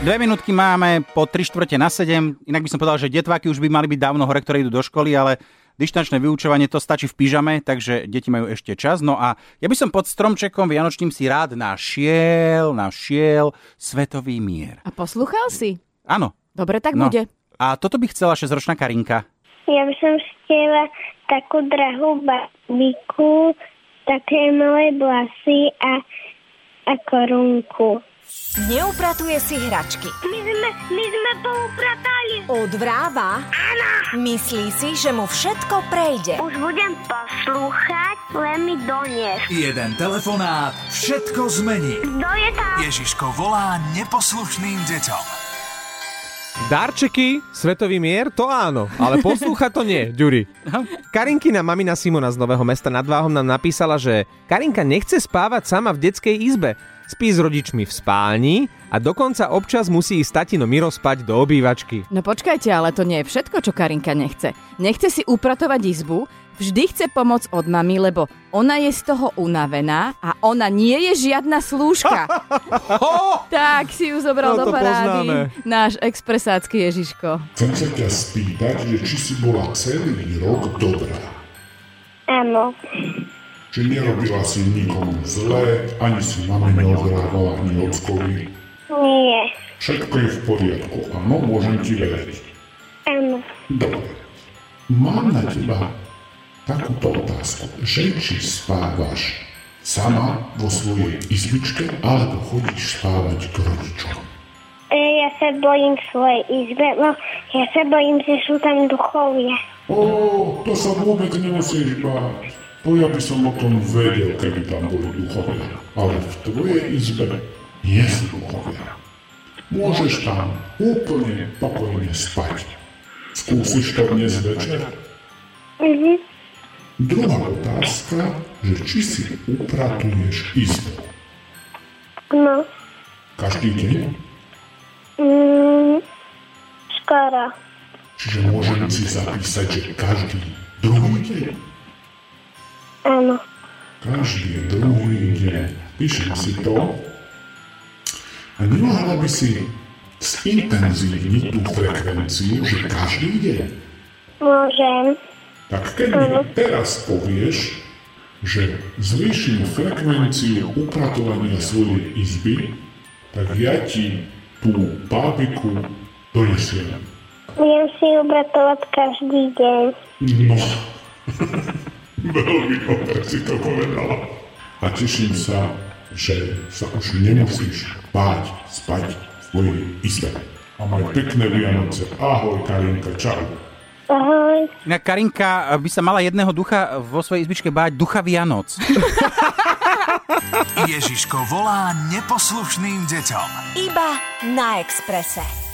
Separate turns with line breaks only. Dve minútky máme po 3 štvrte na 7. Inak by som povedal, že detváky už by mali byť dávno hore, ktoré idú do školy, ale dištančné vyučovanie to stačí v pyžame, takže deti majú ešte čas. No a ja by som pod stromčekom vianočným si rád našiel, našiel svetový mier.
A poslúchal si?
Áno.
Dobre, tak
No.
bude.
A toto by chcela 6-ročná Karinka.
Ja by som chcela takú drahú babiku, také malé vlasy a, a korunku.
Neupratuje si hračky.
My sme, my sme poupratali.
Odvráva. Áno. Myslí si, že mu všetko prejde.
Už budem poslúchať, len mi donies.
Jeden telefonát všetko zmení.
Kto je tam?
Ježiško volá neposlušným deťom.
Darčeky, svetový mier, to áno, ale poslúcha to nie, Ďuri. Karinkina mamina Simona z Nového mesta nad Váhom nám napísala, že Karinka nechce spávať sama v detskej izbe. Spí s rodičmi v spálni a dokonca občas musí ísť tatino Miro spať do obývačky.
No počkajte, ale to nie je všetko, čo Karinka nechce. Nechce si upratovať izbu, vždy chce pomoc od mami, lebo ona je z toho unavená a ona nie je žiadna slúžka. tak si ju zobral
No,
do
to
parády náš expresácky Ježiško.
Chcem sa ťa spýtať, že či si bola celý rok dobrá.
Áno,
Či nerobila si nikomu zlé, ani si mame neodrávala, ani ockovi.
nie,
Všetko je v poriadku, áno, môžem ti veriť.
áno.
Dobre. Mám na teba takúto otázku, že či spávaš sama vo svojej izbičke, alebo chodíš spávať k rodičom.
E, ja sa bojím svojej izbe, no ja sa bojím, že sú tam duchovia.
Ó, to sa vôbec nemusíš báť. To ja by som o tom vedel, keby tam boli duchovia. Ale v tvojej izbe nie sú duchovia. Môžeš tam úplne pokojne spať. Skúsiš to dnes večer?
Mhm.
Druhá otázka, že či si upratuješ izbu.
No,
Každý deň?
mm, skoro.
Čiže môžem si zapísať, že každý druhý deň?
Áno,
Každý druhý deň. Píšem si to. A nemohla by si zintenzívniť tú frekvenciu, že každý deň.
môžem.
Tak keď mi teraz povieš, že zvýšim frekvenciu upratovania svojej izby, tak ja ti tú bábiku donesiem.
Budem si upratovať každý deň.
No. Veľmi dobre si to povedala. A teším sa, že sa už nemusíš báť spať v tvojej izbe. A maj pekné Vianoce. Ahoj, Karinka, čau.
Ahoj.
Inak Karinka by sa mala jedného ducha vo svojej izbičke báť, ducha Vianoc.
Ježiško volá neposlušným deťom.
Iba na Exprese.